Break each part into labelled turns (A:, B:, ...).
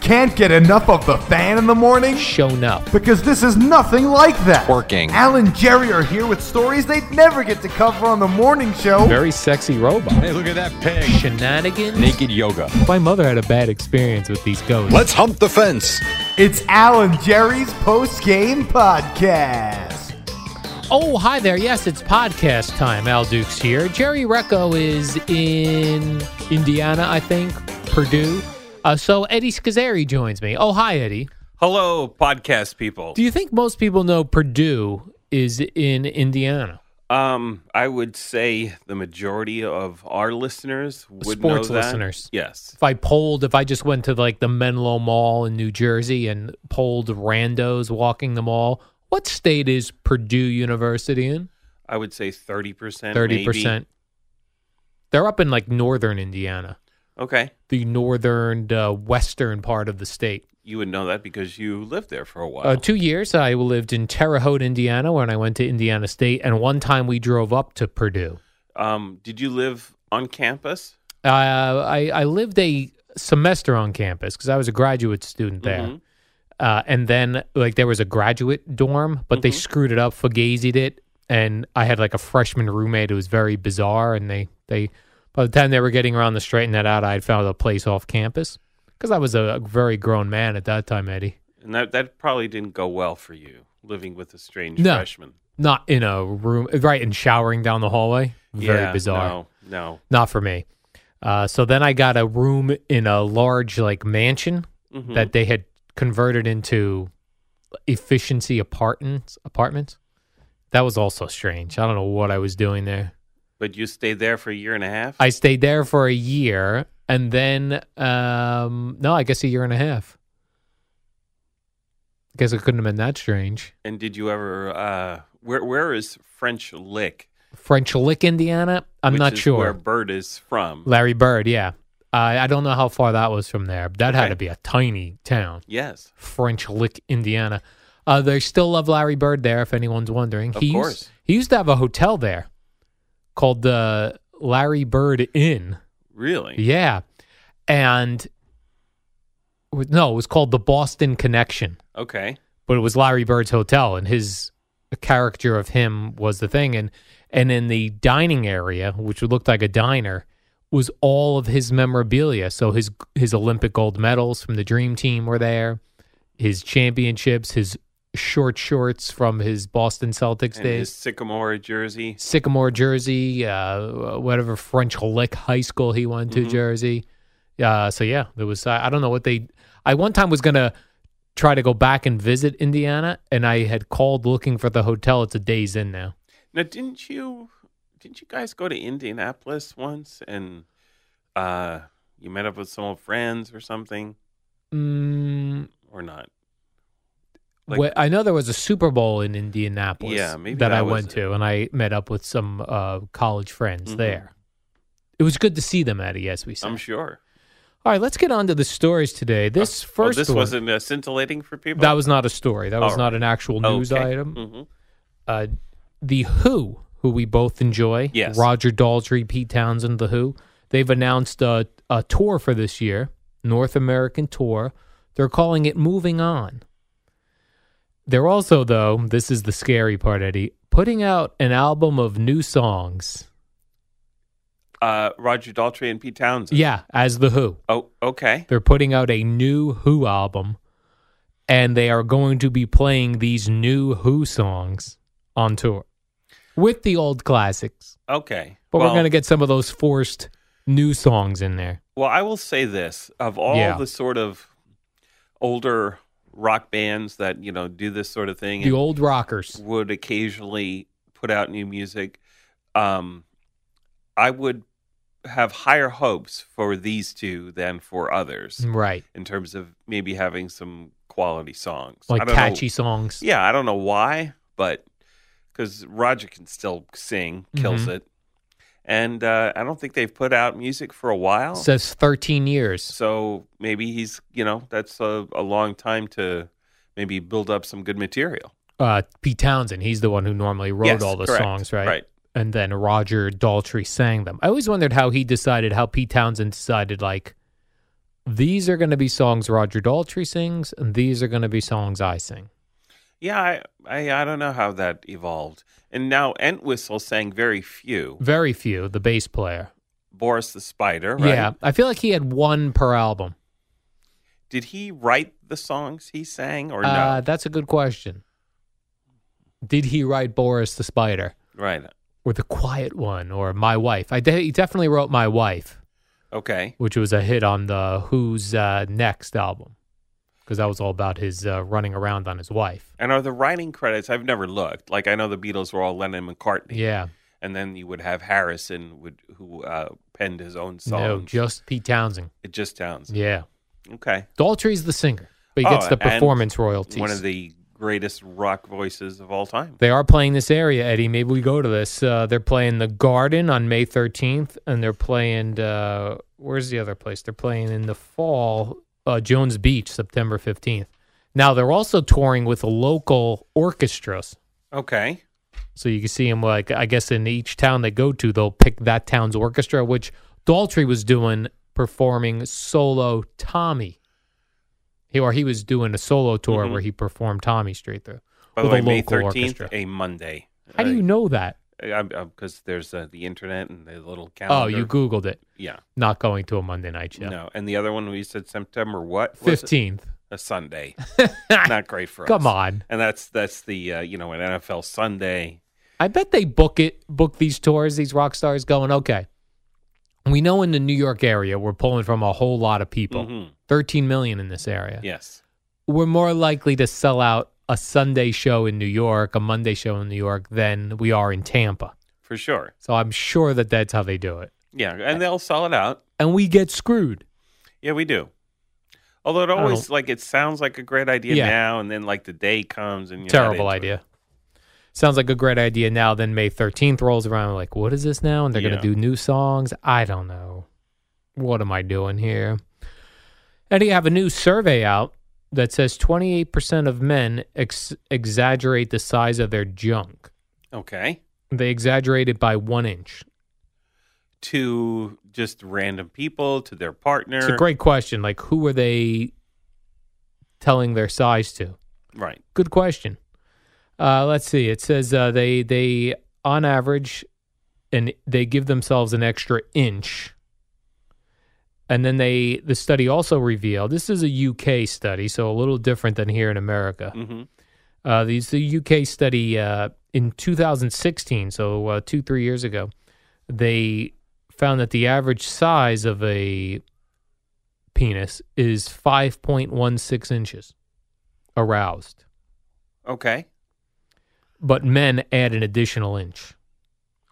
A: Can't get enough of the fan in the morning?
B: shown up.
A: Because this is nothing like that.
C: Working.
A: Al and Jerry are here with stories they'd never get to cover on the morning show.
B: Very sexy robot.
C: Hey, look at that pig.
B: Shenanigans.
C: Naked yoga.
B: My mother had a bad experience with these ghosts.
C: Let's hump the fence.
A: It's Al and Jerry's post game podcast.
B: Oh, hi there. Yes, it's podcast time. Al Dukes here. Jerry Recco is in Indiana, I think, Purdue. Uh, so Eddie Scazzeri joins me. Oh, hi, Eddie.
D: Hello, podcast people.
B: Do you think most people know Purdue is in Indiana?
D: Um, I would say the majority of our listeners would know
B: Sports
D: that.
B: listeners.
D: Yes.
B: If I polled, if I just went to like the Menlo Mall in New Jersey and polled randos walking the mall, what state is Purdue University in?
D: I would say 30%.
B: Thirty
D: maybe.
B: percent. They're up in like northern Indiana,
D: Okay.
B: the northern uh, western part of the state.
D: You would know that because you lived there for a while.
B: Uh, two years I lived in Terre Haute, Indiana, when I went to Indiana State, and one time we drove up to Purdue.
D: um, did you live on campus?
B: Uh, I I lived a semester on campus because I was a graduate student there.
D: Mhm.
B: Uh, and then, like, there was a graduate dorm, but
D: Mm-hmm.
B: they screwed it up, fugazied it, and I had like a freshman roommate who was very bizarre. And they, they, by the time they were getting around to straighten that out, I had found a place off campus because I was a, a very grown man at that time, Eddie.
D: And that, that probably didn't go well for you, living with a strange
B: No.
D: freshman.
B: Not in a room, right? And showering down the hallway, very
D: Yeah,
B: bizarre.
D: No, no.
B: Not for me. Uh, so then I got a room in a large like mansion
D: Mhm.
B: that they had converted into efficiency apartments apartments. That was also strange. I don't know what I was doing there.
D: But you stayed there for a year and a half?
B: I stayed there for a year and then um no, I guess a year and a half. I guess it couldn't have been that strange.
D: and did you ever, uh, where, where is French Lick?
B: French Lick, Indiana? I'm
D: which
B: not
D: is
B: sure.
D: Where Bird is from.
B: Larry Bird, yeah. I I don't know how far that was from there. That had
D: Okay.
B: to be a tiny town.
D: yes.
B: French Lick, Indiana. Uh, they still love Larry Bird there, if anyone's wondering.
D: Of
B: he Used,
D: course.
B: he used to have a hotel there called the Larry Bird Inn.
D: Really?
B: Yeah. And no, it was called the Boston Connection,
D: Okay.
B: but it was Larry Bird's hotel, and his the character of him was the thing. And and in the dining area, which looked like a diner, was all of his memorabilia. So his his Olympic gold medals from the Dream Team were there, his championships, his short shorts from his Boston Celtics
D: and
B: days.
D: his Sycamore jersey.
B: Sycamore jersey, uh, whatever French Lick high school he went
D: Mm-hmm.
B: to jersey. Uh, so yeah, there was. I I don't know what they. I one time was gonna try to go back and visit Indiana, and I had called looking for the hotel. It's a days in now.
D: Now, didn't you didn't you guys go to Indianapolis once and uh you met up with some old friends or something
B: Mm,
D: or not? Like-
B: wh- I know there was a Super Bowl in Indianapolis.
D: Yeah, maybe
B: that,
D: that
B: I
D: was
B: went
D: it.
B: to, and I met up with some uh, college friends
D: Mhm.
B: there. It was good to see them, Eddie. As we said.
D: I'm sure.
B: All right, let's get on to the stories today. This
D: Oh,
B: first
D: this
B: one,
D: wasn't uh, scintillating for people.
B: that was not a story. That was
D: All
B: not
D: right.
B: an actual
D: Okay.
B: news item.
D: Mhm.
B: uh, the Who, who we both enjoy,
D: Yes.
B: Roger Daltrey, Pete Townsend, the Who, they've announced a, a tour for this year, North American tour. They're calling it Moving On. They're also, though, this is the scary part, Eddie, putting out an album of new songs.
D: Uh, Roger Daltrey and Pete Townsend.
B: Yeah, as the Who.
D: Oh, okay.
B: They're putting out a new Who album, and they are going to be playing these new Who songs on tour with the old classics.
D: Okay.
B: But
D: well,
B: we're going to get some of those forced new songs in there.
D: Well, I will say this: of all
B: Yeah.
D: the sort of older rock bands that you know do this sort of thing,
B: The
D: and
B: old rockers.
D: would occasionally put out new music, um, I would have higher hopes for these two than for others
B: Right.
D: in terms of maybe having some quality songs, I
B: Like
D: don't know-
B: catchy songs.
D: Yeah, I don't know why, but because Roger can still sing, kills
B: Mm-hmm.
D: it, and uh, I don't think they've put out music for a while.
B: Says 13 years.
D: So maybe he's, you know, that's a, a long time to maybe build up some good material.
B: Uh, Pete Townsend, he's the one who normally wrote
D: Yes,
B: all the
D: correct,
B: songs, right?
D: right.
B: And then Roger Daltrey sang them. I always wondered how he decided, how Pete Townsend decided, like, these are going to be songs Roger Daltrey sings, and these are going to be songs I sing.
D: Yeah, I, I I don't know how that evolved. And now Entwistle sang very few.
B: Very few, the bass player.
D: Boris the Spider, right?
B: Yeah. I feel like he had one per album.
D: Did he write the songs he sang or
B: Uh,
D: no?
B: that's a good question. Did he write Boris the Spider
D: Right.
B: or The Quiet One or My Wife? I de- he definitely wrote My Wife,
D: Okay.
B: which was a hit on the Who's uh, Next album because that was all about his uh, running around on his wife.
D: And are the writing credits? I've never looked. Like I know the Beatles were all Lennon and McCartney.
B: Yeah.
D: And then you would have Harrison would who uh, penned his own songs.
B: No, just Pete Townsend.
D: it just sounds
B: Yeah.
D: okay.
B: Daltrey's the singer, but he
D: Oh,
B: gets the
D: and
B: performance royalties.
D: One of the greatest rock voices of all time.
B: They are playing this area, Eddie. Maybe we go to this. Uh, they're playing the Garden on May 13th, and they're playing. Uh, where's the other place? They're playing in the fall, uh, Jones Beach, September 15th. Now they're also touring with local orchestras,
D: Okay.
B: so you can see them. Like I guess in each town they go to, they'll pick that town's orchestra, which Daltrey was doing performing solo Tommy. He or he was doing a solo tour where he performed Tommy straight through
D: Mm-hmm. By the
B: with
D: way,
B: a
D: May
B: local
D: thirteenth,
B: orchestra.
D: a Monday.
B: How do you know that?
D: know? Because there's uh, the internet and the little calendar.
B: Oh, you Googled it.
D: Yeah.
B: Not going to a Monday night show.
D: No. And the other one we said September what? was it?
B: 15th.
D: A Sunday. Not great for us.
B: Come on.
D: And that's that's the uh, you know an NFL Sunday.
B: I bet they book it, book these tours, these rock stars going, okay. We know in the New York area, we're pulling from a whole lot of people.
D: Mhm.
B: 13 million in this area.
D: Yes.
B: We're more likely to sell out a Sunday show in New York, a Monday show in New York, than we are in Tampa.
D: For sure.
B: So I'm sure that that's how they do it.
D: Yeah. And they'll sell it out.
B: And we get screwed.
D: Yeah, we do. Although it
B: I
D: always like it sounds like a great idea
B: Yeah.
D: now, and then like the day comes and you're not
B: Terrible
D: into it.
B: idea. Sounds like a great idea now. Then May 13th rolls around. Like, what is this now? And they're going
D: Yeah.
B: to do new songs. I don't know. What am I doing here? And you have a new survey out that says 28% of men ex- exaggerate the size of their junk.
D: Okay.
B: They exaggerate it by one inch.
D: To just random people, to their partner.
B: It's a great question. Like, who are they telling their size to?
D: right.
B: Good question. Uh, let's see. It says uh, they they on average, and they give themselves an extra inch. And then they the study also revealed this is a UK study, so a little different than here in America.
D: hmm
B: Uh, these the UK study uh, in 2016, so uh, two three years ago, they found that the average size of a penis is 5.16 inches aroused,
D: Okay.
B: but men add an additional inch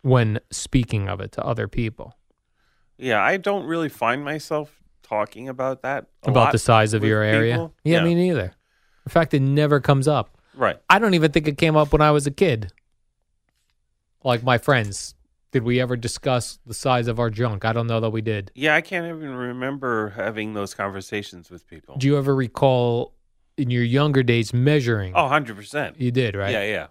B: when speaking of it to other people
D: Yeah, I don't really find myself talking about that a
B: about
D: lot
B: the size of
D: with
B: your area.
D: people.
B: Yeah, me neither. In fact, it never comes up.
D: right.
B: I don't even think it came up when I was a kid. Like my friends, did we ever discuss the size of our junk? I don't know that we did.
D: Yeah, I can't even remember having those conversations with people.
B: Do you ever recall in your younger days measuring?
D: Oh, 100%.
B: you did, right?
D: Yeah, yeah.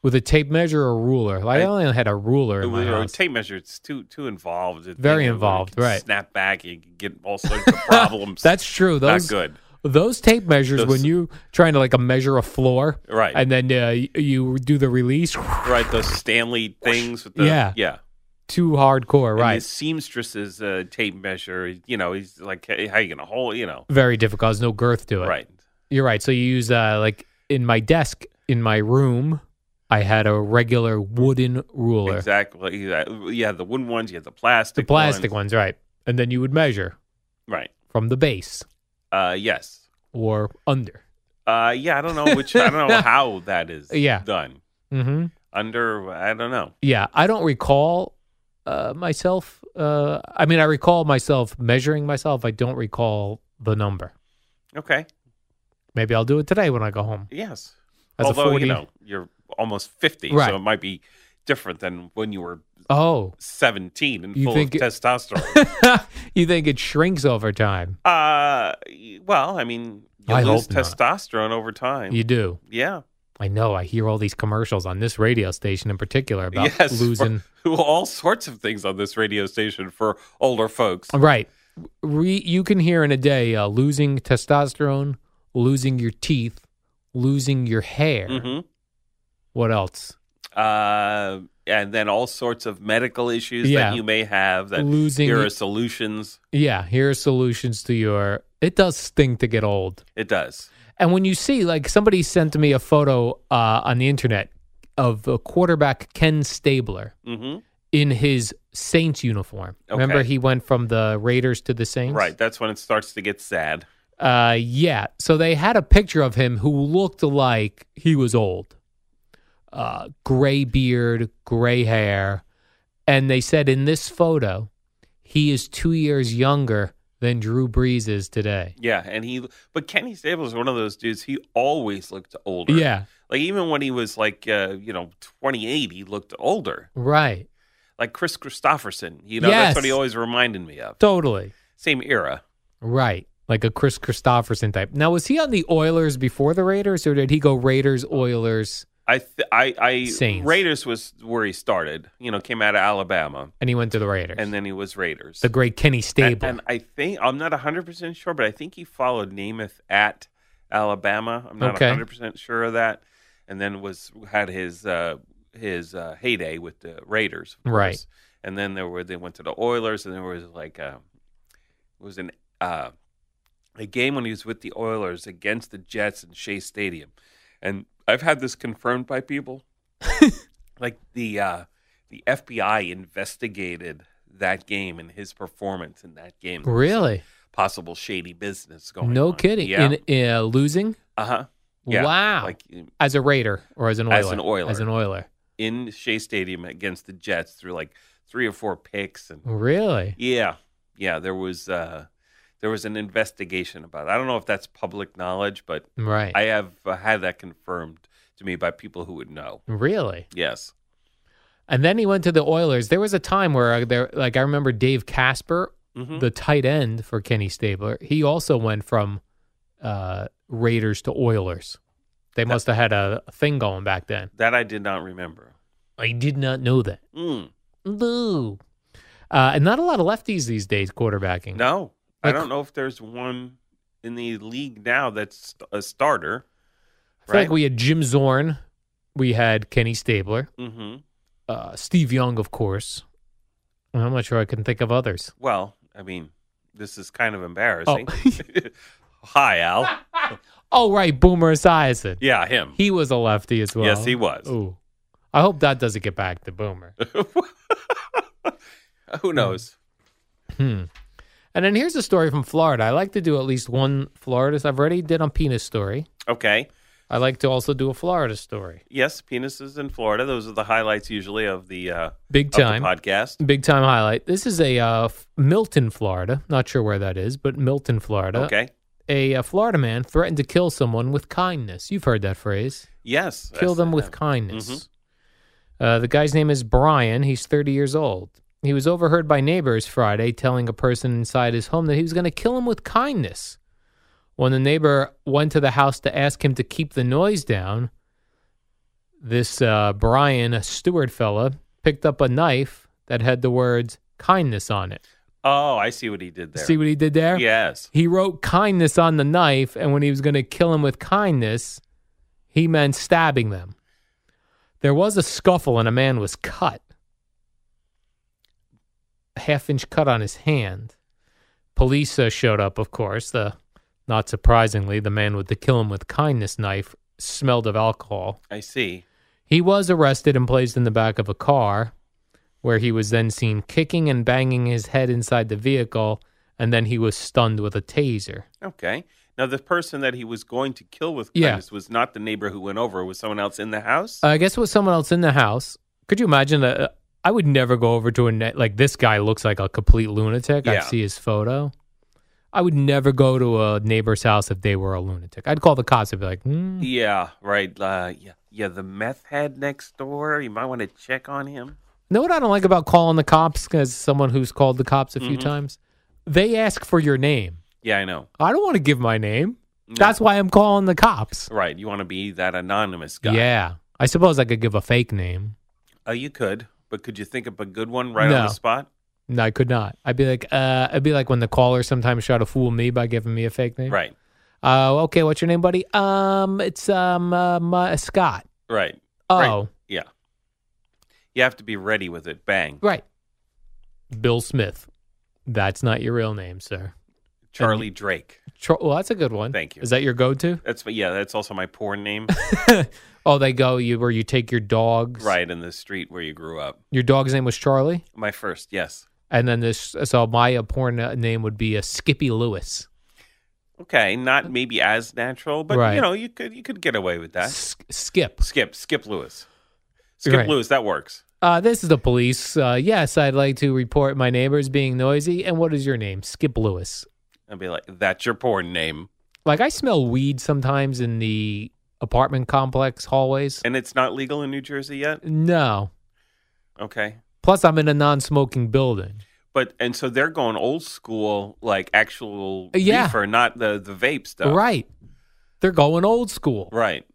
B: With a tape measure or a ruler. Like, I,
D: I-
B: only had a ruler
D: It
B: in my
D: was, or
B: house.
D: tape measure, it's too too involved. It-
B: Very
D: you know,
B: involved,
D: you can
B: right.
D: Snap back, you can get all sorts of problems.
B: That's true.
D: not
B: Those
D: good.
B: those tape measures
D: Those-
B: when you trying to like a measure a floor,
D: Right.
B: And then uh, y- you do the release
D: Right, those Stanley things with the.
B: Yeah.
D: Yeah.
B: too hardcore,
D: And
B: right?
D: His seamstress's uh, tape measure, you know, he's like, hey, how you going to hold, you know?
B: Very difficult. There's no girth to it.
D: Right.
B: You're right. So you use uh, like in my desk in my room, I had a regular wooden ruler,
D: Exactly. that. Yeah, the wooden ones. You had the plastic.
B: the plastic ones, right? And then you would measure
D: Right.
B: from the base
D: Uh, yes.
B: or under.
D: Uh, yeah. I don't know which. I don't know how that is.
B: Yeah.
D: Done
B: hmm
D: under. I don't know.
B: Yeah, I don't recall uh, myself. Uh, I mean, I recall myself measuring myself. I don't recall the number.
D: Okay.
B: Maybe I'll do it today when I go home.
D: Yes.
B: As a
D: Although
B: 40
D: you know you're almost fifty,
B: Right.
D: so it might be different than when you were
B: Oh,
D: seventeen and
B: You
D: full
B: think
D: of
B: it-
D: testosterone.
B: you think it shrinks over time?
D: uh, y- well, I mean, you
B: I
D: lose
B: hope not.
D: testosterone over time.
B: You do.
D: yeah.
B: I know. I hear all these commercials on this radio station in particular about
D: yes. for-
B: losing.
D: all sorts of things on this radio station for older folks.
B: Right. Re- you can hear in a day uh, losing testosterone, losing your teeth, losing your hair.
D: hmm
B: What else?
D: Uh, and then all sorts of medical issues
B: Yeah.
D: that you may have. That
B: Losing
D: here
B: y-
D: are solutions.
B: Yeah, here are solutions to your. It does sting to get old.
D: It does.
B: And when you see, like, somebody sent me a photo uh, on the internet of a quarterback Ken Stabler
D: hmm
B: in his Saints uniform. Remember,
D: Okay.
B: he went from the Raiders to the Saints?
D: Right. That's when it starts to get sad.
B: Uh, yeah. So they had a picture of him who looked like he was old. Uh, gray beard, gray hair. And they said in this photo, he is two years younger than Drew Brees is today.
D: Yeah, and he but Kenny Stables is one of those dudes. He always looked older.
B: Yeah.
D: like even when he was like uh, you know twenty eight, he looked older.
B: Right.
D: Like Chris Christopherson, you know
B: Yes.
D: that's what he always reminded me of.
B: Totally.
D: Same era.
B: Right. Like a Chris Christopherson type. Now, was he on the Oilers before the Raiders, or did he go Raiders, Oilers,
D: I th- I I
B: Saints.
D: Raiders was where he started. You know, came out of Alabama,
B: and he went to the Raiders?
D: and then he was Raiders.
B: the great Kenny
D: and,
B: Stable.
D: and I think I'm not hundred percent sure, but I think he followed Namath at Alabama. I'm not
B: Okay.
D: hundred percent sure of that. And then was had his uh, his uh, heyday with the Raiders, of
B: Right.
D: course. And then there were they went to the Oilers, and there was like a, it was an uh, a game when he was with the Oilers against the Jets in Shea Stadium, and I've had this confirmed by people, like the uh, the FBI investigated that game and his performance in that game. There was
B: really?
D: possible shady business going.
B: No
D: on.
B: kidding.
D: Yeah.
B: In, uh, losing?
D: uh huh. Yeah.
B: Wow.
D: Like
B: as a Raider or as an Oiler?
D: As an Oiler.
B: As an Oiler.
D: in Shea Stadium against the Jets through like three or four picks
B: Oh.
D: and
B: Really?
D: yeah, yeah. There was uh, there was an investigation about. It. I don't know if that's public knowledge, but
B: Right.
D: I have uh, had that confirmed to me by people who would know.
B: really?
D: Yes.
B: And then he went to the Oilers. There was a time where uh, there, like I remember Dave Casper,
D: Mhm.
B: the tight end for Kenny Stabler. He also went from uh, Raiders to Oilers. They must have had a thing going back then.
D: That I did not remember.
B: I did not know that.
D: Mm,
B: No. Uh, and not a lot of lefties these days quarterbacking.
D: no, I
B: Like-
D: don't know if there's one in the league now that's a starter.
B: I feel
D: Right.
B: like we had Jim Zorn, we had Kenny Stabler,
D: hmm
B: uh, Steve Young, of course. And I'm not sure I can think of others.
D: Well, I mean, this is kind of embarrassing. Hi, Al.
B: Oh, right, Boomer Esiason.
D: Yeah, him.
B: He was a lefty as well.
D: Yes, he was.
B: Ooh. I hope that doesn't get back to Boomer.
D: Who knows?
B: and then here's a story from Florida. I like to do at least one Florida. I've already did on penis story.
D: Okay.
B: I like to also do a Florida story.
D: Yes, penises in Florida. Those are the highlights usually of the uh,
B: Big
D: of the
B: time.
D: podcast.
B: Big time highlight. This is a uh, F- Milton, Florida. Not sure where that is, but Milton, Florida.
D: Okay.
B: A, uh Florida man threatened to kill someone with kindness. You've heard that phrase.
D: Yes.
B: Kill
D: that's-
B: them with kindness. Uh, the guy's name is Brian. He's 30 years old. He was overheard by neighbors Friday telling a person inside his home that he was going to kill him with kindness. When the neighbor went to the house to ask him to keep the noise down, this uh, Brian, a steward fella, picked up a knife that had the words kindness on it.
D: Oh, I see what he did there.
B: See what he did there?
D: Yes.
B: He wrote kindness on the knife, and when he was going to kill him with kindness, he meant stabbing them. There was a scuffle, and a man was cut. A half inch cut on his hand. Police uh, showed up, of course. The, not surprisingly, the man with the kill him with kindness knife smelled of alcohol.
D: I see.
B: He was arrested and placed in the back of a car, where he was then seen kicking and banging his head inside the vehicle, and then he was stunned with a taser.
D: Okay. Now, the person that he was going to kill with
B: Yeah. Uh,
D: kindness was not the neighbor who went over. It was someone else in the house.
B: I guess it was someone else in the house. Could you imagine that? uh, I would never go over to a net like this guy looks like a complete lunatic. I
D: Yeah.
B: see his photo. I would never go to a neighbor's house if they were a lunatic. I'd call the cops and be like, "Hmm,
D: yeah, right. Uh, yeah, yeah. The meth head next door. You might want to check on him.
B: Know what I don't like about calling the cops as someone who's called the cops a few times? They ask for your name.
D: Yeah, I know.
B: I don't want to give my name. That's why I'm calling the cops.
D: Right. You want to be that anonymous guy.
B: Yeah. I suppose I could give a fake name.
D: Uh, you could, but could you think of a good one right on
B: No.
D: the spot?
B: No, I could not. I'd be like, uh, it'd be like when the caller sometimes try to fool me by giving me a fake name.
D: Right.
B: Oh, okay. What's your name, buddy? Um, it's um uh, my, Scott.
D: Right.
B: Oh,
D: Right.
B: right.
D: Yeah. You have to be ready with it. Bang.
B: Bill Smith. That's not your real name, sir.
D: Charlie Drake.
B: Tro- well, that's a good one.
D: Thank you.
B: Is that your go-to?
D: That's yeah. That's also my porn name.
B: Oh, they go you where you take your dogs.
D: right in the street where you grew up.
B: Your dog's name was Charlie,
D: My first. Yes.
B: and then this. So my uh, porn uh, name would be a Skippy Lewis.
D: Okay. Not maybe as natural, but
B: Uh, Right.
D: you know, you could you could get away with that.
B: S- Skip.
D: Skip. Skip Lewis. Skip
B: Right.
D: Lewis. That works.
B: Uh, this is the police. Uh, yes, I'd like to report my neighbors being noisy. And what is your name? Skip Lewis.
D: I'd be like, that's your porn name,
B: Like I smell weed sometimes in the apartment complex hallways.
D: and it's not legal in New Jersey yet.
B: No.
D: Okay.
B: Plus, I'm in a non-smoking building.
D: But and so they're going old school, like actual
B: Uh, Yeah.
D: reefer, not the the vape stuff.
B: Right. They're going old school.
D: Right.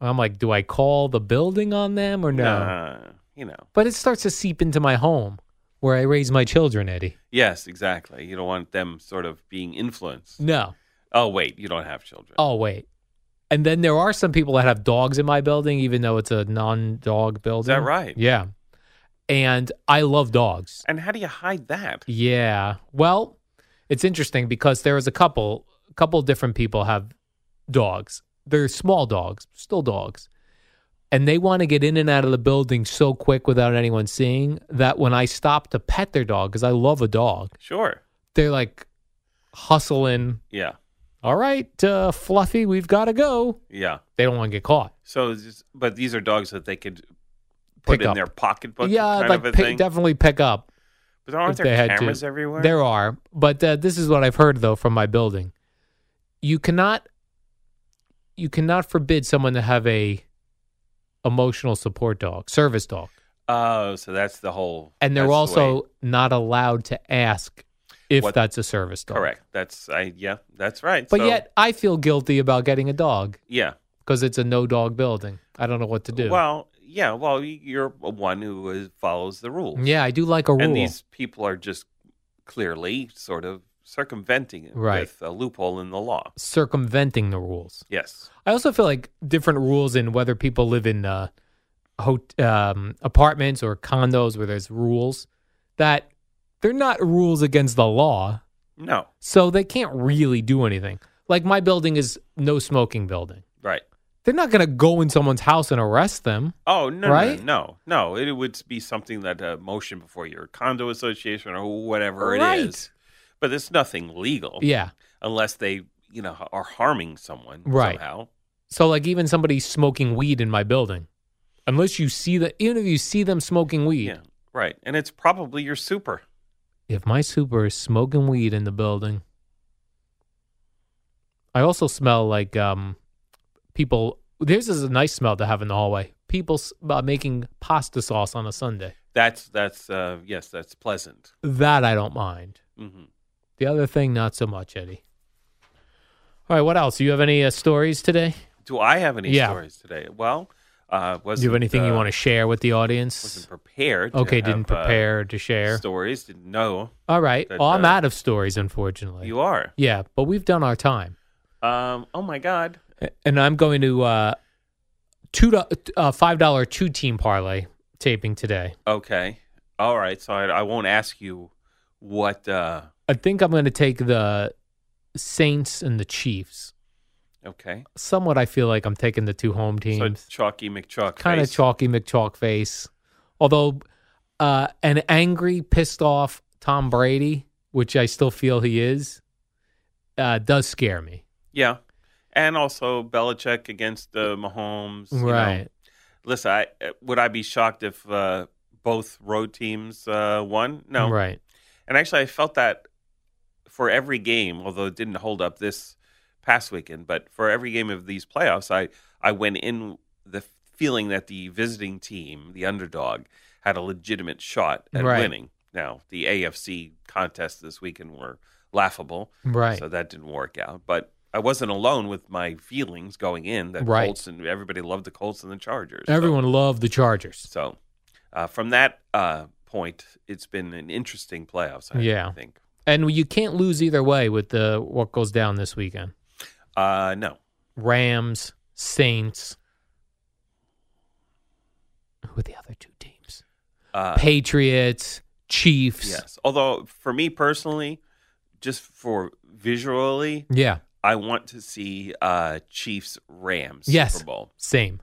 B: I'm like, do I call the building on them or no?
D: Nah, you know.
B: But it starts to seep into my home where I raise my children, Eddie.
D: Yes, exactly. You don't want them sort of being influenced.
B: No.
D: Oh wait, you don't have children.
B: Oh, wait. And then there are some people that have dogs in my building, even though it's a non-dog building.
D: Is that right?
B: Yeah. And I love dogs.
D: And how do you hide that?
B: Yeah. Well, it's interesting because there is a couple, a couple different people have dogs. They're small dogs, still dogs. And they want to get in and out of the building so quick without anyone seeing that when I stop to pet their dog, because I love a dog,
D: Sure.
B: they're like hustling.
D: Yeah.
B: All right, uh, Fluffy, we've got to go.
D: Yeah.
B: They don't want to get caught.
D: So, it's just- but these are dogs that they could put
B: Pick
D: in
B: up.
D: their pocketbook.
B: yeah,
D: kind
B: like
D: of a
B: pick-
D: thing.
B: definitely pick up.
D: but aren't
B: if they
D: there
B: had
D: cameras
B: to.
D: everywhere?
B: There are, but uh, this is what I've heard though from my building. You cannot, you cannot forbid someone to have a emotional support dog, service dog,
D: Oh, so that's the whole.
B: and they're
D: that's the way-
B: also not allowed to ask if
D: What-
B: that's a service dog.
D: correct. That's I. Yeah, that's right.
B: But
D: So,
B: yet, I feel guilty about getting a dog
D: yeah.
B: because it's a no dog building. I don't know what to do.
D: Well, yeah. Well, you're one who is, follows the rules.
B: yeah, I do like a rule.
D: and these people are just clearly sort of circumventing it
B: Right.
D: with a loophole in the law.
B: Circumventing the rules.
D: Yes.
B: I also feel like different rules in whether people live in uh, hot- um, apartments or condos where there's rules that they're not rules against the law,
D: No.
B: so they can't really do anything. Like my building is no smoking building.
D: Right.
B: They're not going to go in someone's house and arrest them.
D: Oh no,
B: Right?
D: no, no, no! It would be something that a motion before your condo association or whatever
B: Right.
D: it is, but it's nothing legal,
B: Yeah.
D: unless they, you know, are harming someone
B: Right.
D: somehow.
B: So like even somebody smoking weed in my building, unless you see the even if you see them smoking weed,
D: Yeah, right. And it's probably your super.
B: if my super is smoking weed in the building, I also smell like um, people. There's is a nice smell to have in the hallway. People s- uh, making pasta sauce on a Sunday.
D: That's that's uh, yes, that's pleasant.
B: That I don't mind.
D: hmm
B: The other thing, not so much, Eddie. All right, what else? Do you have any uh, stories today?
D: Do I have any
B: Yeah.
D: stories today? Well, uh, was
B: Do you have anything you want to share with the
D: Wasn't
B: audience?
D: prepared. to
B: Okay,
D: have,
B: didn't
D: uh,
B: prepare to share.
D: stories. Didn't know
B: All right.
D: that,
B: Well, I'm
D: uh,
B: out of stories, unfortunately.
D: you are.
B: Yeah, but we've done our time.
D: Um. Oh my God.
B: and I'm going to uh, two do- uh, five dollar two team parlay taping today.
D: Okay. All right. So I, I won't ask you what. uh
B: I think I'm going to take the Saints and the Chiefs.
D: Okay.
B: Somewhat, I feel like I'm taking the two home
D: So
B: teams.
D: chalky McChalk.
B: kind of
D: face.
B: chalky McChalk face. Although uh, an angry, pissed off Tom Brady, which I still feel he is, uh, does scare me.
D: Yeah. And also Belichick against uh, Mahomes. you know.
B: right.
D: Listen, I, uh, would I be shocked if uh, both road teams uh, won? No.
B: Right.
D: And actually, I felt that for every game, although it didn't hold up this past weekend, but for every game of these playoffs, I, I went in the feeling that the visiting team, the underdog, had a legitimate shot at
B: Right.
D: winning. Now, the AFC contests this weekend were laughable.
B: Right.
D: So that didn't work out. But I wasn't alone with my feelings going in that
B: Right.
D: Colts and everybody loved the Colts and the Chargers. So-
B: Everyone loved the Chargers.
D: So, uh, from that uh, point, it's been an interesting playoffs. I
B: Yeah.
D: think.
B: And you can't lose either way with the what goes down this weekend.
D: Uh, no,
B: Rams, Saints. Who are the other two teams?
D: uh,
B: Patriots, Chiefs.
D: yes. Although for me personally, just for visually,
B: Yeah.
D: I want to see uh, Chiefs Rams
B: Yes.
D: Super Bowl
B: Same.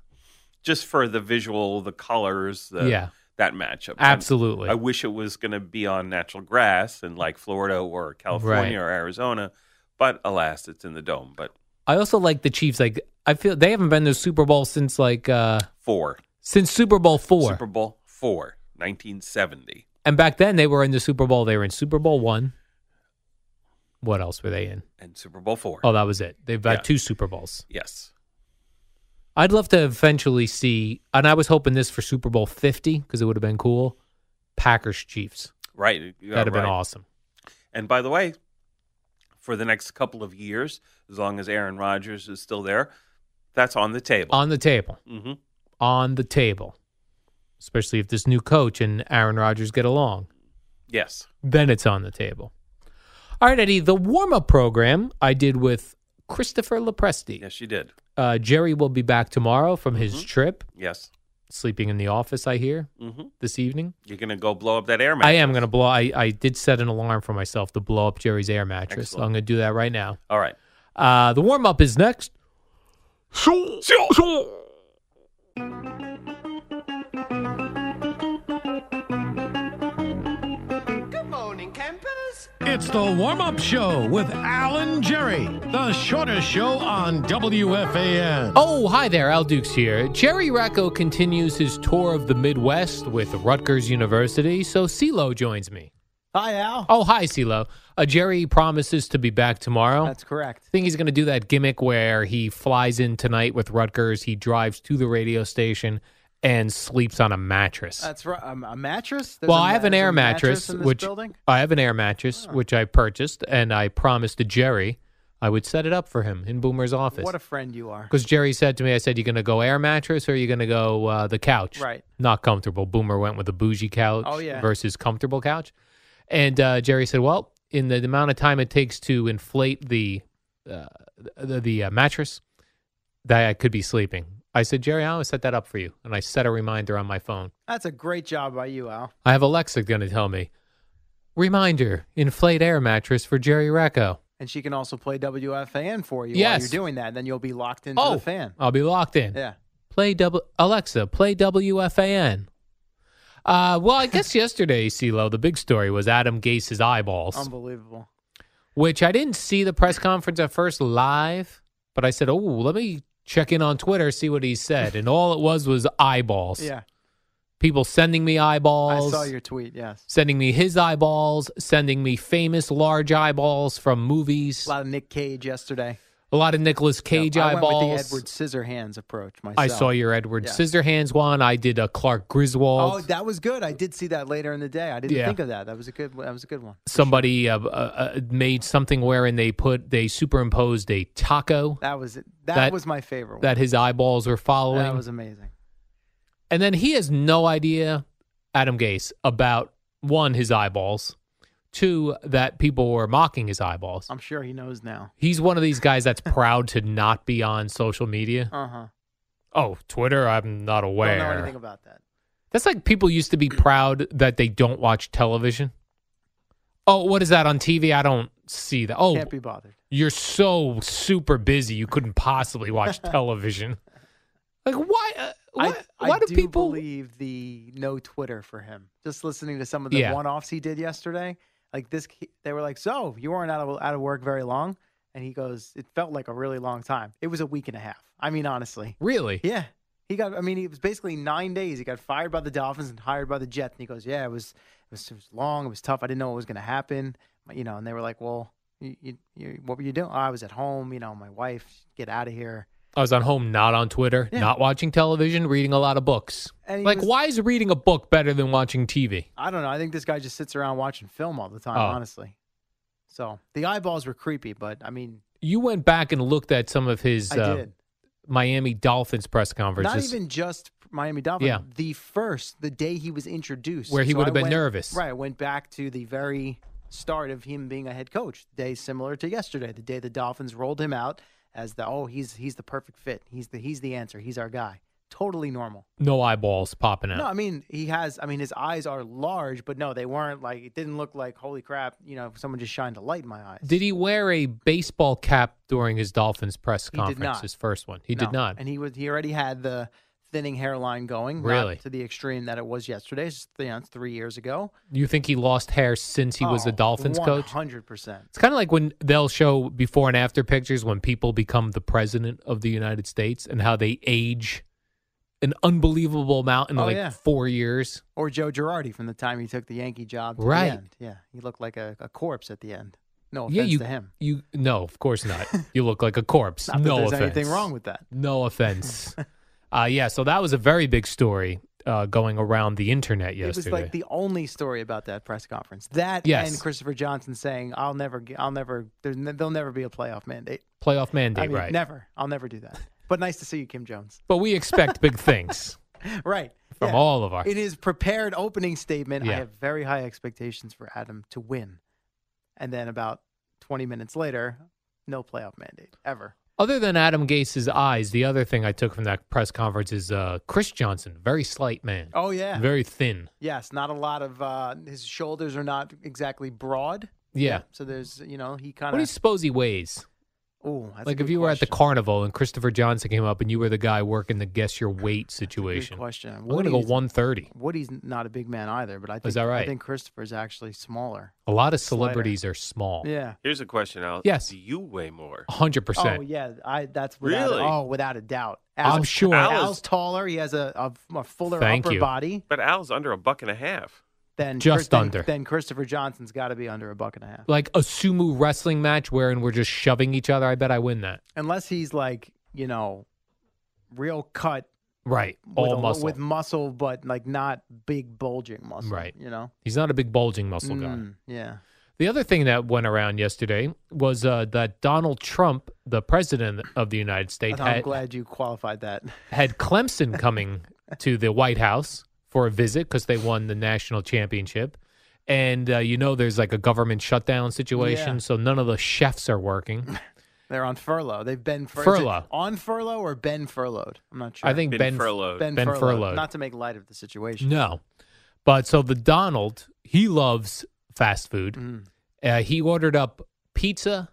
D: just for the visual, the colors, the,
B: yeah.
D: that matchup. I'm-
B: Absolutely.
D: I wish it was going to be on natural grass and like Florida or California or Arizona, but alas, it's in the dome. But
B: I also like the Chiefs. Like I feel they haven't been to Super Bowl since like uh
D: four,
B: since Super Bowl four.
D: Super Bowl four, 1970.
B: and back then they were in the Super Bowl. They were in Super Bowl one. What else were they in?
D: and Super Bowl four.
B: Oh, that was it. They've had
D: Yeah.
B: two Super Bowls.
D: Yes.
B: I'd love to eventually see, and I was hoping this for Super Bowl fifty because it would have been cool. Packers Chiefs.
D: Right. You are
B: That'd have been
D: right.
B: awesome.
D: And by the way, for the next couple of years, as long as Aaron Rodgers is still there, that's on the table.
B: On the table.
D: hmm
B: On the table. Especially if this new coach and Aaron Rodgers get along.
D: Yes.
B: then it's on the table. All right, Eddie, the warm up program I did with Christopher Lepresti.
D: Yes, you did.
B: Uh, Jerry will be back tomorrow from
D: Mm-hmm.
B: his trip,
D: Yes.
B: sleeping in the office, I hear,
D: Mhm.
B: this evening.
D: You're going to go blow up that air mattress.
B: I am going to blow. I, I did set an alarm for myself to blow up Jerry's air mattress. So I'm
D: Excellent.
B: going to do that right now.
D: All right.
B: Uh, the warm up is next.
E: It's the warm up show with Alan Jerry, the shortest show on WFAN.
B: Oh, hi there. Al Dukes here. Jerry Racco continues his tour of the Midwest with Rutgers University, so CeeLo joins me.
F: Hi, Al.
B: Oh, hi, CeeLo. Uh, Jerry promises to be back tomorrow.
F: That's correct.
B: I think he's going to do that gimmick where he flies in tonight with Rutgers, he drives to the radio station, and sleeps on a mattress.
F: That's right. Um, a mattress. There's
B: well,
F: a
B: I
F: ma-
B: have an
F: there's
B: air
F: a
B: mattress,
F: in this
B: which
F: building.
B: I have an air mattress, which I purchased, and I promised to Jerry I would set it up for him in Boomer's office.
F: What a friend you are.
B: Because Jerry said to me, I said, you going to go air mattress or you going to go uh, the couch?
F: Right.
B: Not comfortable. Boomer went with the bougie couch
F: Oh, yeah.
B: versus comfortable couch. And uh, Jerry said, well, in the, the amount of time it takes to inflate the, uh, the, the uh, mattress, that I could be sleeping. I said, Jerry, I always set that up for you. And I set a reminder on my phone.
F: That's a great job by you, Al.
B: I have Alexa going to tell me, reminder, inflate air mattress for Jerry Recco.
F: And she can also play WFAN for you while
B: Yes. Oh.
F: you're doing that. And then you'll be locked into the fan.
B: I'll be locked in.
F: Yeah.
B: play w- Alexa, play WFAN. Uh, well, I guess yesterday, CeeLo, the big story was Adam Gase's eyeballs,
F: Um, Unbelievable.
B: which I didn't see the press conference at first live, but I said, oh, let me check in on Twitter, see what he said. And all it was was eyeballs.
F: Yeah.
B: People sending me eyeballs,
F: I saw your tweet. Yes.
B: sending me his eyeballs, sending me famous large eyeballs from movies,
F: A lot of Nick Cage yesterday.
B: a lot of Nicolas Cage
F: Yeah, I
B: eyeballs.
F: went with the Edward Scissorhands approach myself.
B: I saw your Edward
F: Yeah.
B: Scissorhands one. I did a Clark Griswold.
F: Oh, that was good. I did see that later in the day. I didn't
B: Yeah.
F: think of that. That was a good. That was a good one.
B: somebody uh, uh, uh, made something wherein they put they superimposed a taco
F: That was. That, that
B: That-
F: was my favorite.
B: that his eyeballs were
F: one.
B: following,
F: That was amazing.
B: and then he has no idea, Adam Gase, about one his eyeballs, two that people were mocking his eyeballs.
F: I'm sure he knows now.
B: He's one of these guys that's proud to not be on social media.
F: Uh huh.
B: Oh, Twitter, I'm not
F: Don't know anything
B: aware.
F: about that.
B: That's like people used to be proud that they don't watch television. Oh, what is that on TV? I don't see that. Oh,
F: Can't be bothered.
B: you're so super busy, you couldn't possibly watch television. Like why? Uh, why,
F: I,
B: why
F: I
B: do,
F: do
B: people?
F: believe the no Twitter for him? Just listening to some of the
B: Yeah.
F: one-offs he did yesterday, like this, ki- they were like, "So you weren't out of out of work very long," and he goes, "It felt like a really long time. It was a week and a half. I mean, honestly,
B: really?
F: yeah." He got. I mean, it was basically nine days. He got fired by the Dolphins and hired by the Jets. And he goes, "Yeah, it was it was, it was long. It was tough. I didn't know what was going to happen." You know, and they were like, "Well, you, you, you what were you doing? Oh, I was at home. You know, my wife, get out of here."
B: I was on home, not on Twitter,
F: Yeah.
B: not watching television, reading a lot of books.
F: And he
B: Like,
F: was-
B: why is reading a book better than watching TV?
F: I don't know. I think this guy just sits around watching film all the time,
B: Oh.
F: honestly. So the eyeballs were creepy, but I mean,
B: You went back and looked at some of his
F: I
B: uh,
F: did.
B: Miami Dolphins press conference,
F: Not
B: just
F: even just Miami Dolphins.
B: Yeah.
F: The first, the day he was introduced,
B: Where he would've
F: I
B: been
F: went-
B: nervous.
F: Right. I went back to the very start of him being a head coach. The day similar to yesterday, the day the Dolphins rolled him out as the oh he's he's the perfect fit. He's the he's the answer. He's our guy. Totally normal.
B: no eyeballs popping out.
F: No, I mean he has. I mean his eyes are large, but no, they weren't like it didn't look like holy crap. You know, someone just shined a light in my eyes.
B: Did he wear a baseball cap during his Dolphins press
F: He did
B: conference?
F: not.
B: His first one, he
F: No.
B: did not.
F: And he was he already had the thinning hairline going, not
B: Really?
F: to the extreme that it was yesterday, it's, you know, it's three years ago.
B: you think he lost hair since he was
F: Oh,
B: the Dolphins coach?
F: hundred percent.
B: It's kind of like when they'll show before and after pictures when people become the president of the United States and how they age an unbelievable amount in
F: Oh,
B: like
F: yeah.
B: four years.
F: Or Joe Girardi from the time he took the Yankee job, to the
B: Right.
F: end. Yeah, he looked like a, a corpse at the end. No offense
B: yeah, you
F: to him.
B: you no, of course not. you look like a corpse.
F: Not that
B: no
F: there's
B: offense.
F: anything wrong with that.
B: No offense. uh, yeah, so that was a very big story uh, going around the internet yesterday.
F: It was like the only story about that press conference. That
B: Yes.
F: and Christopher Johnson saying, "I'll never, get- I'll never, there's ne- there'll never be a playoff mandate.
B: playoff mandate,
F: I mean,
B: right?
F: never. I'll never do that." But nice to see you, Kim Jones.
B: But we expect big things
F: Right.
B: from
F: Yeah.
B: all of our.
F: in his prepared opening statement, I
B: Yeah.
F: have very high expectations for Adam to win. And then about 20 minutes later, no playoff mandate ever.
B: Other than Adam Gase's eyes, the other thing I took from that press conference is uh, Chris Johnson, very slight man,
F: Oh, yeah.
B: very thin.
F: yes, not a lot of uh, his shoulders are not exactly broad.
B: Yeah.
F: So there's, you know, he
B: What
F: kind
B: do you
F: of.
B: suppose he weighs?
F: Oh, that's a
B: like
F: good
B: if you were at the
F: question.
B: carnival and Christopher Johnson came up and you were the guy working the guess your weight
F: Good
B: situation.
F: question.
B: I'm going to go
F: Woody's-
B: 130.
F: Woody's not a big man either, but I think,
B: that right?
F: I think Christopher's actually smaller.
B: A lot of
F: Slighter.
B: celebrities are small.
F: Yeah.
D: Here's a question, Al.
B: Yes.
D: Do you weigh more?
B: 100%.
F: Oh yeah, I that's without
D: Really?
F: oh without a doubt.
B: I'm sure.
F: Al's,
D: Al is-
F: taller. He has a, a, a fuller
B: Thank
F: upper
B: you.
F: body
D: But Al's under a buck and a half.
F: than
B: Just
F: than-
B: under.
F: Then Christopher Johnson's got to be under a buck and a half,
B: Like a sumo wrestling match wherein we're just shoving each other. I bet I win that.
F: unless he's like you know, real cut
B: Right.
F: with,
B: All
F: a-
B: muscle.
F: with muscle, but like not big bulging muscle.
B: Right.
F: You know.
B: He's not a big bulging muscle guy.
F: Mm, yeah.
B: The other thing that went around yesterday was uh, that Donald Trump, the president of the United States,
F: I'm
B: had,
F: glad you qualified that.
B: had Clemson coming to the White House for a visit because they won the national championship. And uh, you know, there's like a government shutdown situation,
F: Yeah.
B: so none of the chefs are working.
F: They're on furlough. They've been fur- is it
B: Furlough.
F: on furlough or been furloughed. I'm not sure.
B: I think
D: Been
B: Ben
D: furloughed.
F: been,
B: Ben
F: furloughed.
B: furloughed.
F: Not to make light of the situation.
B: No, but so the Donald he loves fast food.
F: Mm.
B: Uh, he ordered up pizza,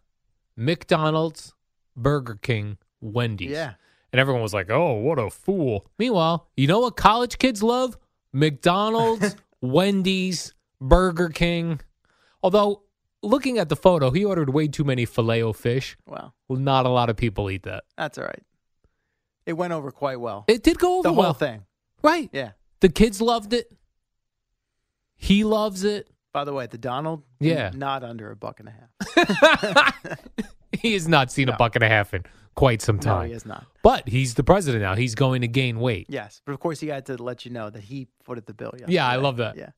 B: McDonald's, Burger King, Wendy's.
F: Yeah.
B: And everyone was like, oh, what a fool. Meanwhile, you know what college kids love? McDonald's, Wendy's, Burger King. Although, looking at the photo, he ordered way too many filet o fish.
F: Well.
B: Well, not a lot of people eat that.
F: That's all right. It went over quite well.
B: It did go over
F: the whole
B: well.
F: thing.
B: Right.
F: Yeah.
B: The kids loved it. He loves it.
F: By the way, the Donald,
B: Yeah.
F: n- not under a buck and a half.
B: he has not seen a buck and a half in quite some
F: No,
B: time.
F: he is not.
B: but he's the president now. He's going to gain weight.
F: Yes, but of course he had to let you know that he footed the bill. Yesterday.
B: Yeah, I love that.
F: Yeah,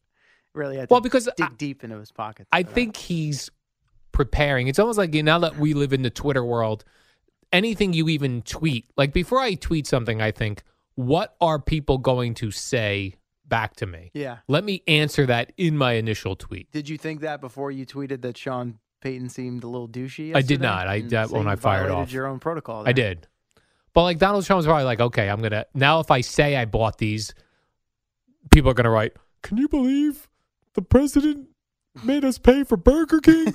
F: really had to
B: Well, because
F: dig
B: I-
F: deep into his pockets.
B: I
F: for that.
B: think he's preparing. It's almost like you now that we live in the Twitter world, anything you even tweet, like before I tweet something, I think, what are people going to say back to me?
F: Yeah.
B: Let me answer that in my initial tweet.
F: Did you think that before you tweeted that Sean Payton seemed a little douchey?
B: I did
F: yesterday?
B: not. I-
F: Mm,
B: that
F: so
B: one
F: you
B: I fired
F: violated
B: off.
F: Your own protocol.
B: I
F: there.
B: did. But like Donald Trump's probably like, okay, I'm going to, now if I say I bought these, people are going to write, can you believe the president made us pay for Burger King?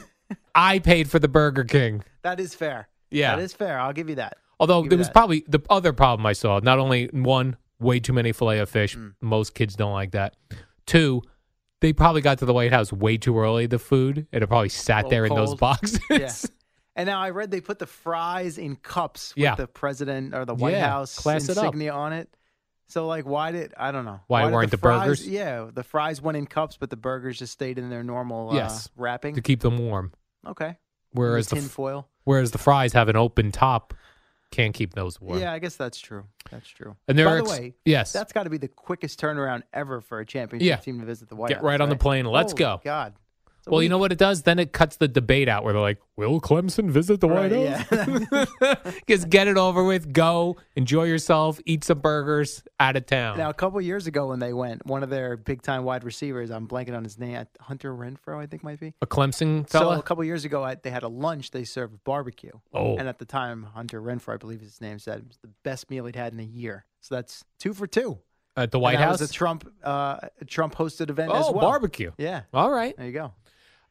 B: I paid for the Burger King.
F: That is fair.
B: Yeah.
F: That is fair. I'll give you that.
B: Although
F: Give me
B: there was
F: that.
B: probably the other problem I saw. Not only one, way too many fillet of fish.
F: Mm.
B: Most kids don't like that. Two, they probably got to the White House way too early. The food it probably sat
F: Little
B: there in those
F: cold.
B: boxes.
F: Yeah. And now I read they put the fries in cups with
B: Yeah.
F: the president or the White
B: Yeah,
F: House
B: class it up.
F: insignia on it. So like, why did I don't know?
B: Why
F: did
B: weren't the
F: fries-
B: burgers?
F: Yeah, the fries went in cups, but the burgers just stayed in their normal
B: Yes.
F: uh, wrapping.
B: to keep them warm.
F: okay.
B: Whereas the
F: tin
B: f-
F: foil?
B: whereas the fries have an open top, can't keep those warm.
F: Yeah, I guess that's true. That's true.
B: And there
F: By
B: are
F: the
B: ex-
F: way,
B: yes.
F: that's got to be the quickest turnaround ever for a championship
B: Yeah.
F: team to visit the White
B: Get
F: House.
B: right on the plane, let's
F: Holy
B: go.
F: God. It's a
B: Well, you know
F: week.
B: what it does? Then it cuts the debate out where they're like, "Will Clemson visit the
F: Right,
B: White House?" Just get it over with. Go enjoy yourself. Eat some burgers. Out of town.
F: Now, a couple years ago when they went, one of their big time wide receivers, I'm blanking on his name, Hunter Renfro, I think might be.
B: a Clemson
F: So a
B: fella.
F: couple years ago, at, they had a lunch. They served barbecue.
B: Oh.
F: And at the time, Hunter Renfro, I believe his name said, it was the best meal he'd had in a year. So that's two for two.
B: at the
F: And
B: White
F: that
B: House.
F: was a Trump uh, Trump hosted event
B: oh,
F: as well.
B: barbecue.
F: Yeah.
B: All right.
F: There you go.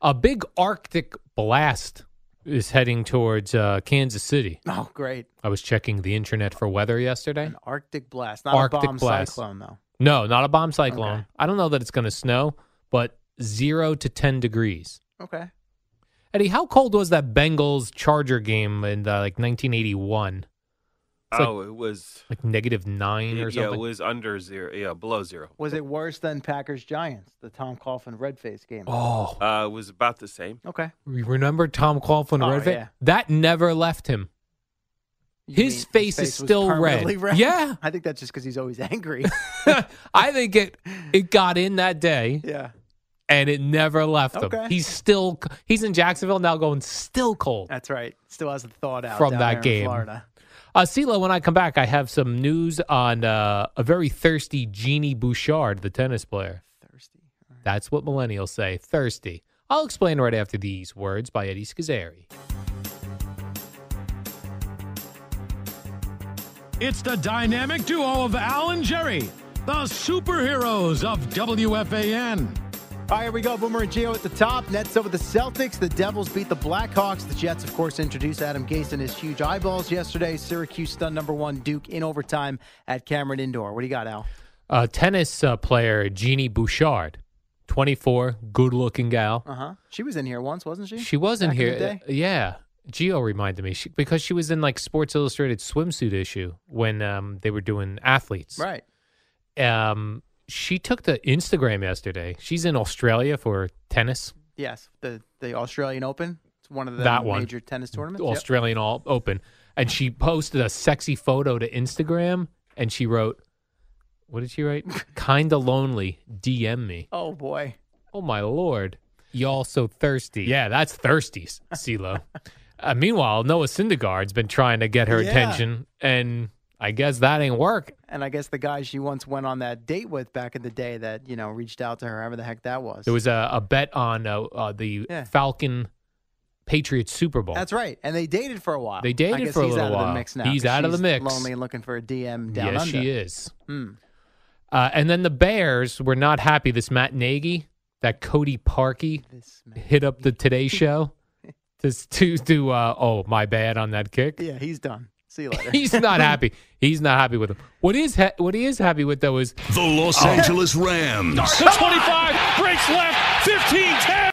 B: A big Arctic blast is heading towards uh, Kansas City.
F: Oh, great.
B: I was checking the internet for weather yesterday.
F: An Arctic blast, not
B: Arctic
F: a bomb
B: blast.
F: cyclone though.
B: No, not a bomb cyclone.
F: Okay.
B: I don't know that it's going to snow, but zero to 10 degrees.
F: Okay.
B: Eddie, how cold was that Bengals Charger game in uh, like 1981? It's like-
D: oh, it was.
B: Like negative nine
D: Yeah,
B: or something?
D: it was under zero. Yeah, below zero.
F: Was it worse than Packers Giants, the Tom Coughlin red face game?
B: oh,
D: Uh, it was about the same.
F: Okay.
B: you remember Tom Coughlin
F: Oh,
B: Red
F: yeah.
B: That never left him.
F: You
B: His
F: mean
B: face is
F: was
B: still red.
F: permanently
B: Yeah.
F: I think that's just because he's always angry.
B: I think it it got in that day
F: yeah.
B: and it never left him.
F: Okay.
B: He's still c- he's in Jacksonville now, going still cold.
F: That's right. Still hasn't thought out
B: From
F: down
B: that
F: there in
B: game.
F: Florida.
B: Uh, Sila, when I come back, I have some news on uh, a very thirsty Jeannie Bouchard, the tennis player.
F: Thirsty.
B: That's what millennials say. Thirsty. I'll explain right after these words by Eddie Schizzeri.
E: It's the dynamic duo of Al and Jerry, the superheroes of WFAN.
F: All right, here we go. Boomer and Gio at the top. Nets over the Celtics. The Devils beat the Blackhawks. The Jets, of course, introduced Adam Gase and his huge eyeballs yesterday. Syracuse stunned number one Duke in overtime at Cameron Indoor. What do you got, Al?
B: Uh, tennis uh, player Jeannie Bouchard, 24, good looking gal.
F: Uh huh. She was in here once, wasn't she?
B: She wasn't
F: Back in
B: here.
F: the day?
B: Uh, yeah. Geo reminded me she, because she was in like Sports Illustrated swimsuit issue when um, they were doing athletes.
F: Right.
B: Um, she took the Instagram yesterday. She's in Australia for tennis,
F: Yes. The the Australian Open. It's one of the
B: That one.
F: major tennis tournaments. Yep.
B: Australian All Open, and she posted a sexy photo to Instagram, and she wrote, "What did she write? Kinda lonely. DM me.
F: Oh boy.
B: Oh my lord, y'all so thirsty. Yeah, that's thirsty, CeeLo. uh, meanwhile, Noah Syndergaard's been trying to get her
F: Yeah.
B: attention, and I guess that ain't work.
F: And I guess the guy she once went on that date with back in the day that, you know, reached out to her, however the heck that was.
B: There was a, a bet on uh, uh, the
F: Yeah.
B: Falcon Patriots Super Bowl.
F: That's right. And they dated for a while.
B: They dated
F: I guess
B: for a
F: he's
B: little
F: out of
B: while.
F: the mix now.
B: He's
F: 'cause
B: out of the
F: she's
B: mix.
F: Lonely and looking for a DM down
B: yes,
F: under.
B: she is.
F: Hmm.
B: Uh, and then the Bears were not happy. This Matt Nagy, that Cody Parkey,
F: This man.
B: hit up the Today Show to to do. Uh, oh, my bad on that kick.
F: Yeah, he's done. See you later.
B: He's not happy. He's not happy with him. What is ha- what he is happy with though is
C: The Los Angeles Rams.
E: The 25 breaks left, 15 10.